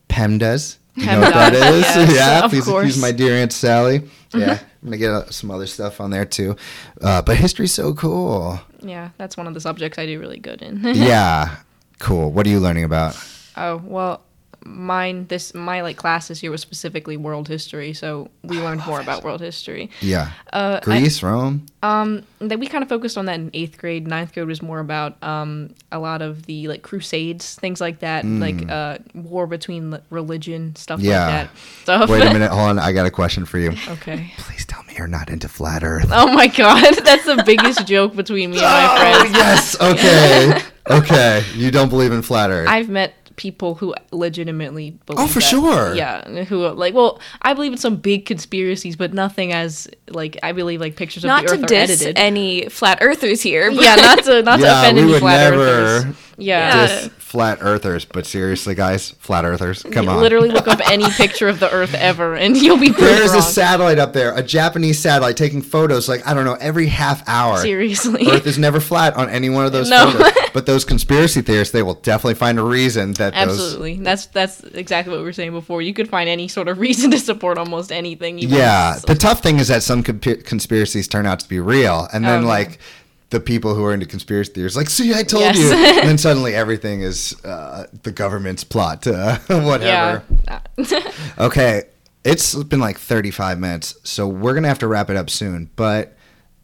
PEMDAS. You know what that
PEMDAS,
is?
yes,
yeah,
of
please
course. Mm-hmm.
excuse my dear Aunt Sally. Yeah, I'm gonna get uh, some other stuff on there too. Uh, but history's so cool.
Yeah, that's one of the subjects I do really good
Mm-hmm.
in.
yeah, cool. What are you learning about?
oh well, mine this my like class this year was specifically world history, so we learned more about world history.
Yeah,
Uh, I-
Greece, Rome.
that we kind of focused on that in eighth grade. Ninth grade was more about um, a lot of the like crusades, things like that, like uh, war between l- religion, stuff
Mm. Yeah.
like that. Stuff.
Wait a minute, hold on. I got a question for you.
okay.
Please tell me you're not into flat Earth.
Oh my god, that's the biggest joke between me and my
Oh,
friends.
yes. Okay. Okay. You don't believe in flat Earth.
I've met people who legitimately believe.
Oh, for
that.
sure.
Yeah, who like well, I believe in some big conspiracies, but nothing as like I believe like pictures
Not
of the Earth
to
are
diss
edited.
any flat earthers here. But
yeah, not to not to
Yeah,
offend
we
any
would
flat
never
earthers. Yeah.
Just flat Earthers, but seriously, guys, flat Earthers, come
You
on.
Literally look up any picture of the Earth ever, and you'll be proven
There's a
wrong.
satellite up there, a Japanese satellite taking photos like I don't know every half hour.
Seriously.
Earth is never flat on any one of those
No.
photos. But those conspiracy theorists, they will definitely find a reason that those.
Absolutely. That's that's exactly what we were saying before. You could find any sort of reason to support almost anything. You want.
Yeah,
So-
the tough thing is that some comp- conspiracies turn out to be real, and then
Oh, yeah.
like the people who are into conspiracy theories, like, see, I told
Yes.
you, and then suddenly everything is uh, the government's plot to whatever.
yeah.
Okay, It's been like 35 minutes, so we're going to have to wrap it up soon. But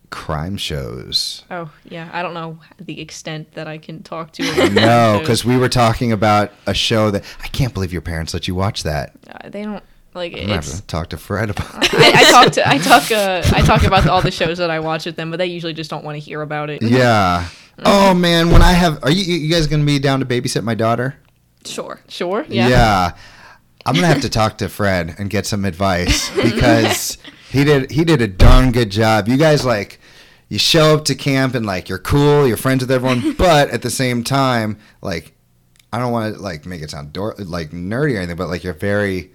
crime shows.
Oh yeah, I don't know the extent that I can talk to.
No, because we were talking about a show that I can't believe your parents let you watch that.
Uh, they don't like
I'm going to have
it's.
to talk to Fred about
I, I talk to I talk uh, I talk about all the shows that I watch with them, but they usually just don't want to hear about it.
Yeah. Oh, man. When I have. Are you, you guys going to be down to babysit my daughter?
Sure.
Sure. Yeah.
I'm gonna have to talk to Fred and get some advice because he did he did a darn good job. You guys like you show up to camp and like you're cool, you're friends with everyone, but at the same time, like I don't want to like make it sound door like nerdy or anything, but like you're very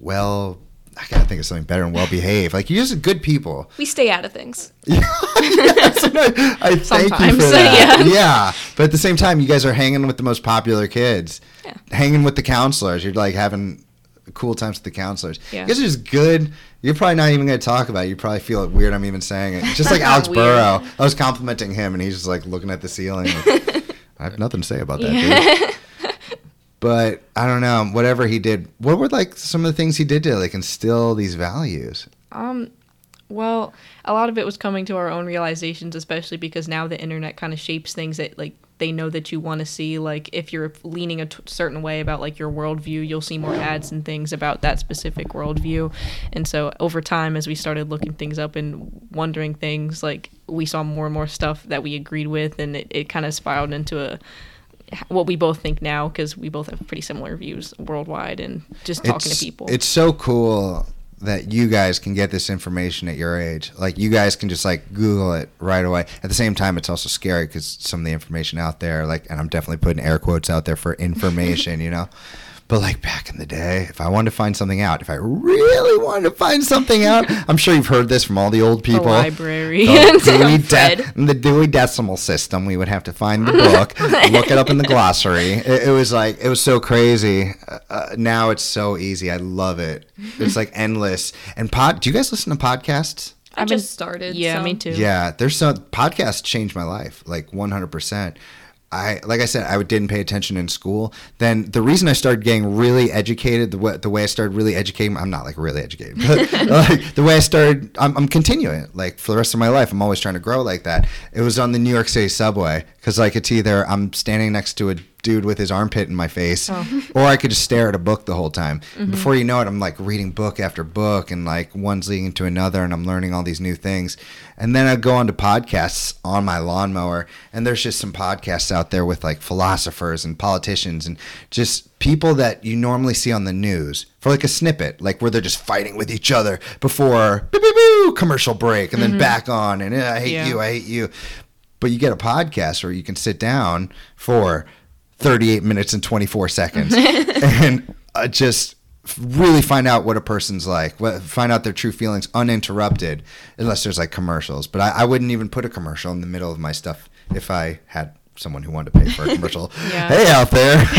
well. I gotta think of something better and well behaved. Like you're just good people.
We stay out of things.
Yes, and I, I thank you
Sometimes,
for that.
yeah.
Yeah. but at the same time, you guys are hanging with the most popular kids,
Yeah.
hanging with the counselors. You're like having cool times with the counselors.
Yeah.
You guys are just good. You're probably not even going to talk about it. You probably feel it weird. I'm even saying it. Just like Alex
Weird.
Burrow, I was complimenting him, and he's just like looking at the ceiling. like, I have nothing to say about that. dude. But I don't know. Whatever he did, what were like some of the things he did to like instill these values?
Um. Well, a lot of it was coming to our own realizations, especially because now the internet kind of shapes things that like they know that you want to see. Like if you're leaning a t- certain way about like your worldview, you'll see more ads and things about that specific worldview. And so over time, as we started looking things up and wondering things, like we saw more and more stuff that we agreed with, and it, it kind of spiraled into a what we both think now because we both have pretty similar views worldwide and just talking
it's,
to people.
It's so cool that you guys can get this information at your age. Like you guys can just like Google it right away. At the same time, it's also scary because some of the information out there, like, and I'm definitely putting air quotes out there for information, you know. But like back in the day, if I wanted to find something out, if I really wanted to find something out, I'm sure you've heard this from all the old people.
library.
The Dewey,
Fred.
de- the Dewey Decimal System. We would have to find the book, look it up in the glossary. It, it was like it was so crazy. Uh, Uh, now it's so easy. I love it. It's like endless. And pod, do you guys listen to podcasts?
I
I've been-
just started.
yeah,
so.
me too.
Yeah, there's some podcasts changed my life like 100%. I like I said I didn't pay attention in school. Then the reason I started getting really educated, the way, the way I started really educating, I'm not like really educated, but like the way I started, I'm, I'm continuing it like for the rest of my life. I'm always trying to grow like that. It was on the New York City subway because like it's either I'm standing next to a dude with his armpit in my face, or I could just stare at a book the whole time. Before you know it, I'm like reading book after book, and like one's leading to another, and I'm learning all these new things. And then I go on to podcasts on my lawnmower, and there's just some podcasts out there with like philosophers and politicians and just people that you normally see on the news for like a snippet, like where they're just fighting with each other before boo, boo, boo, commercial break, and then back on, and "Eh, I hate
Yeah.
you, I hate you. But you get a podcast where you can sit down for 38 minutes and 24 seconds and uh, just f- really find out what a person's like, what, find out their true feelings uninterrupted, unless there's like commercials. But I, I wouldn't even put a commercial in the middle of my stuff if I had someone who wanted to pay for a commercial.
Yeah.
Hey, out there.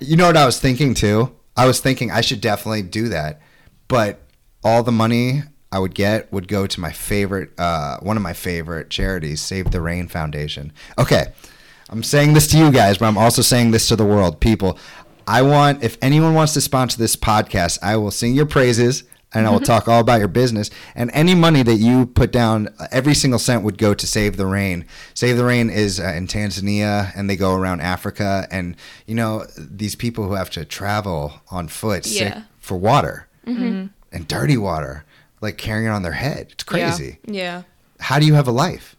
you know what I was thinking too? I was thinking I should definitely do that. But all the money I would get would go to my favorite, uh, one of my favorite charities, Save the Rain Foundation. Okay, I'm saying this to you guys, but I'm also saying this to the world, people. I want, if anyone wants to sponsor this podcast, I will sing your praises and I will talk all about your business. And any money that you put down, uh, every single cent would go to Save the Rain. Save the Rain is uh, in Tanzania, and they go around Africa. And you know these people who have to travel on foot sick
Yeah.
for water and dirty water, like carrying it on their head. It's crazy.
Yeah.
How do you have a life?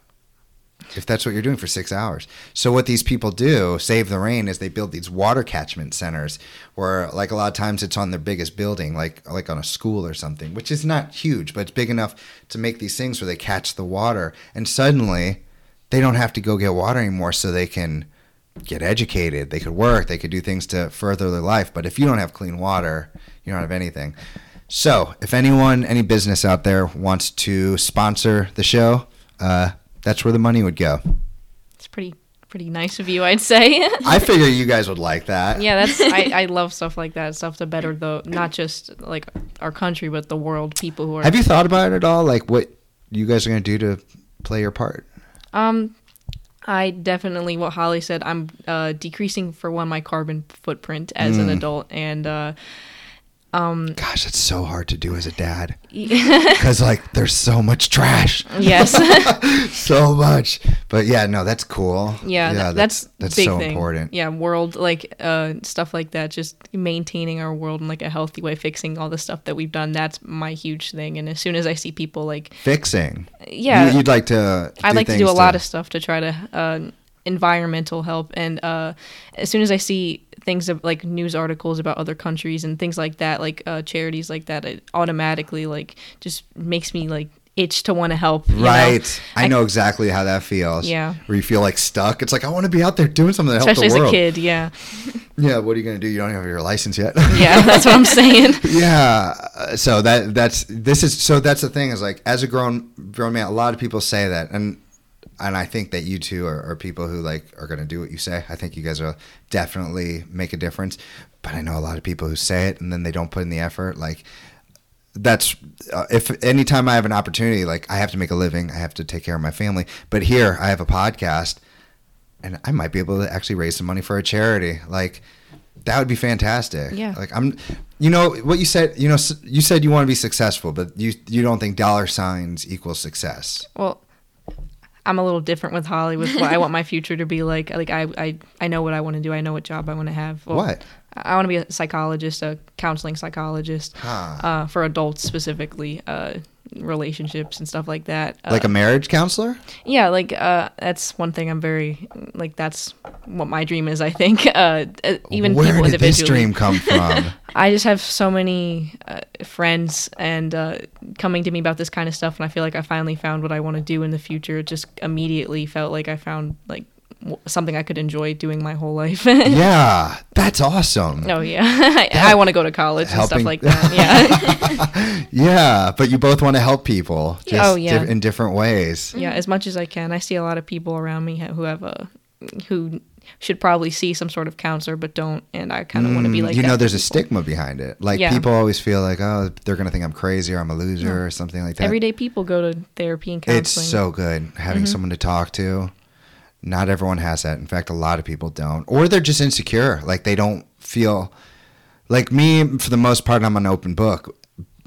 If that's what you're doing for six hours. So, what these people do, Save the Rain, is they build these water catchment centers where, like, a lot of times it's on their biggest building, like like on a school or something, which is not huge, but it's big enough to make these things where they catch the water. And suddenly, they don't have to go get water anymore, so they can get educated, they could work, they could do things to further their life. But if you don't have clean water, you don't have anything. So, if anyone, any business out there wants to sponsor the show, uh, that's where the money would go.
It's pretty pretty nice of you, I'd say.
I figure you guys would like that.
yeah, that's I, I love stuff like that. Stuff to better the not just like our country, but the world. People who are
Have you thought about it at all? Like what you guys are going to do to play your part?
um. I definitely what Holly said.
Mm.
I'm uh, decreasing for one my carbon footprint as an adult, and uh,
Gosh, it's so hard to do as a dad because like there's so much trash,
Yes.
so much. But yeah, no, that's cool.
yeah, tha- that's
that's
big
so
thing.
important.
yeah world like uh stuff like that just maintaining our world in like a healthy way fixing all the stuff that we've done that's my huge thing and as soon as i see people like
Fixing.
yeah
you, would like to.
i like to do
things
a lot of stuff to try to uh environmental help and uh as soon as i see things of like news articles about other countries and things like that like uh charities like that it automatically like just makes me like itch to want to help you know?
Right. I know exactly how that feels.
Yeah.
Where you feel like stuck. It's like I want to be out there doing something to help
especially
the
as a
world.
kid yeah
Yeah. What are you gonna do? You don't have your license yet.
yeah that's what i'm saying
yeah. uh, So that that's this is so that's the thing is like as a grown grown man, a lot of people say that and. And I think that you two are, are people who like are going to do what you say. I think you guys will definitely make a difference. But I know a lot of people who say it and then they don't put in the effort. Like that's uh, if anytime I have an opportunity, like I have to make a living, I have to take care of my family. But here I have a podcast, and I might be able to actually raise some money for a charity. Like that would be fantastic.
Yeah.
Like I'm, you know what you said. You know s- you said you want to be successful, but you you don't think dollar signs equal success.
well i'm a little different with holly with what i want my future to be like like i i, I know what i want to do i know what job i want to have Well,
What?
i want to be a psychologist a counseling psychologist
Huh.
uh, for adults specifically uh, relationships and stuff like that uh,
Like a marriage counselor?
yeah like uh, that's one thing i'm very like that's what my dream is i think uh, uh, even
Where
people
did this
individually
dream come from?
I just have so many uh, friends and uh, coming to me about this kind of stuff, and I feel like I finally found what I want to do in the future. It just immediately felt like I found like w- something I could enjoy doing my whole life. oh
yeah, that's awesome.
yeah, I, I want to go to college and stuff
Helping-
like that. Yeah,
Yeah, but you both want to help people just
Oh, yeah.
dif- in different ways.
yeah, as much as I can. I see a lot of people around me ha- who have a who should probably see some sort of counselor but don't, and I kind of want to be
Mm,
like
you
that
know
to
there's a
people.
stigma behind it like
Yeah.
people always feel like oh they're gonna think i'm crazy or i'm a loser or something like that
Everyday people go to therapy and counseling. Mm-hmm.
it's so good having someone to talk to not everyone has that in fact a lot of people don't or they're just insecure like they don't feel like me for the most part i'm an open book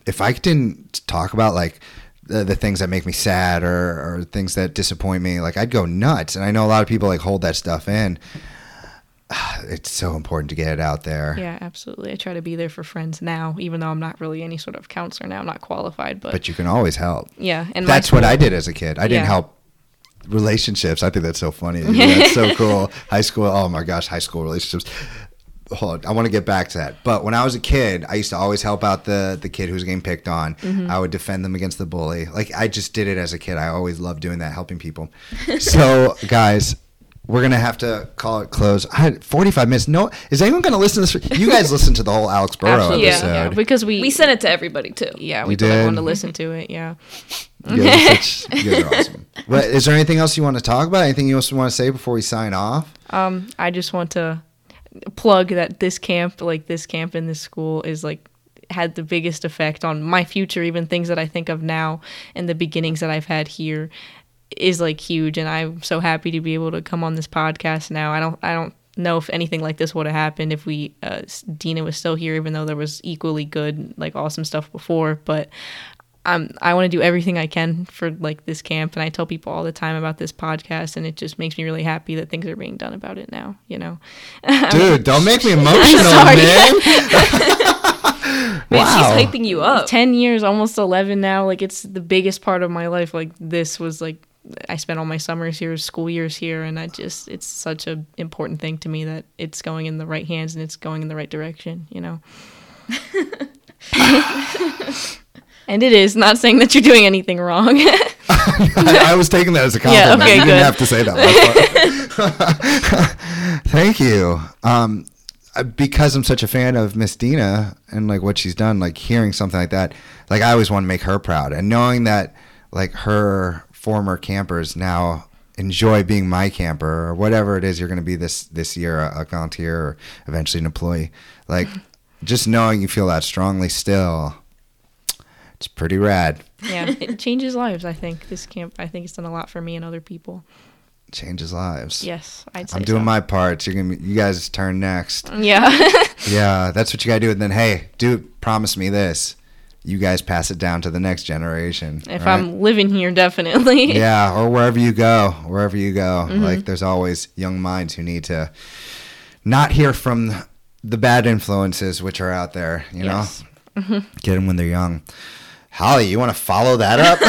if i didn't talk about like the, the things that make me sad or, or things that disappoint me like i'd go nuts and i know a lot of people like hold that stuff in it's so important to get it out there
Yeah, absolutely. I try to be there for friends now, even though I'm not really any sort of counselor now. I'm not qualified, but,
but you can always help
yeah. And my
that's what I did as a kid. I didn't
Yeah.
help relationships. I think that's so funny. That's so cool. High school. Oh my gosh, high school relationships. Hold, on, I want to get back to that. But when I was a kid, I used to always help out the the kid who was getting picked on.
Mm-hmm.
I would defend them against the bully. Like I just did it as a kid. I always loved doing that, helping people. so guys. We're gonna have to call it close. I had 45 minutes. No, is anyone gonna listen to this? You guys listened to the whole Alex Burrow
absolutely,
Yeah.
episode.
yeah, because we,
We sent it to everybody too.
yeah,
You
we put everyone
did.
to listen to it. Yeah.
You guys, are such, you guys are awesome. But is there anything else you want to talk about? Anything you else want to say before we sign off?
Um, I just want to plug that this camp, like this camp in this school, is like had the biggest effect on my future, even things that I think of now and the beginnings that I've had here is like huge and I'm so happy to be able to come on this podcast now. I don't I don't know if anything like this would have happened if we uh, s- Dina was still here even though there was equally good like awesome stuff before, but um, I want to do everything I can for like this camp, and I tell people all the time about this podcast, and it just makes me really happy that things are being done about it now. You know,
Dude, don't make me emotional,
sorry.
man.
Man,
Wow.
she's hyping you up.
ten years, almost eleven now. Like it's the biggest part of my life. Like this was like I spent all my summers here, school years here, and I just it's such a important thing to me that it's going in the right hands and it's going in the right direction. You know. and it is not saying that you're doing anything wrong.
I, I was taking that as a compliment.
okay,
you didn't
good.
have to say that. last part. Thank you. Um, uh, because I'm such a fan of Miss Dina and like what she's done, like hearing something like that, like I always want to make her proud, and knowing that like her former campers now enjoy being my camper or whatever it is you're going to be this this year, a, a volunteer or eventually an employee, like just knowing you feel that strongly still, it's pretty rad.
yeah, it changes lives. I think this camp. I think it's done a lot for me and other people.
changes lives.
Yes, I'd say
I'm doing
so. Mm.
my part. You're gonna be, you guys turn next.
Yeah.
Yeah, that's what you gotta do. And then hey, do promise me this. You guys pass it down to the next generation.
If
right?
I'm living here, definitely.
yeah, or wherever you go, wherever you go,
Mm-hmm.
like there's always young minds who need to not hear from the bad influences which are out there. You
Yes. Mm-hmm.
know, get them when they're young. Holly, you want to follow that up?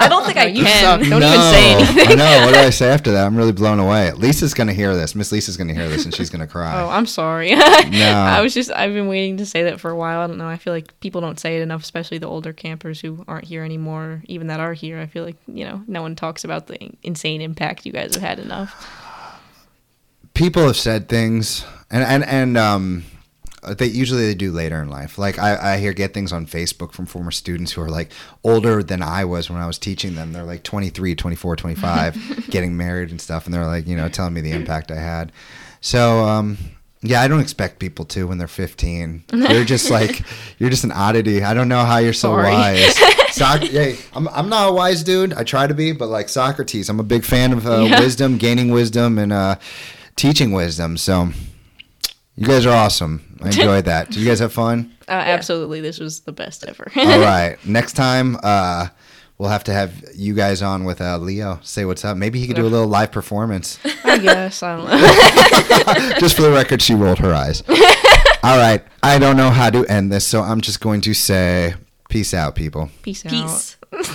I don't think I
you
can.
suck.
Don't
no,
even say anything.
I know. What do I say after that? I'm really blown away. Lisa's gonna hear this. Miss Lisa's gonna hear this, and she's gonna cry.
Oh, I'm sorry. I was just I've been waiting to say that for a while. I don't know. I feel like people don't say it enough, especially the older campers who aren't here anymore, even that are here. I feel like, you know, no one talks about the insane impact you guys have had enough.
people have said things and and and um they usually they do later in life like I, I hear get things on facebook from former students who are like older than i was when i was teaching them they're like 23 24 25 getting married and stuff and they're like you know telling me the impact i had so um yeah i don't expect people to when they're 15 you're just like you're just an oddity i don't know how you're so
Sorry.
wise Soc- hey, I'm, I'm not a wise dude i try to be but like socrates i'm a big fan of uh,
Yeah.
wisdom gaining wisdom and uh teaching wisdom. So you guys are awesome. I enjoyed that. Did you guys have fun?
Uh, Absolutely, this was the best ever.
All right. Next time, uh, we'll have to have you guys on with uh, Leo. Say what's up. Maybe he could do a little live performance.
I guess I don't know.
just for the record, she rolled her eyes. All right. I don't know how to end this, so I'm just going to say peace out, people.
Peace out.
Peace.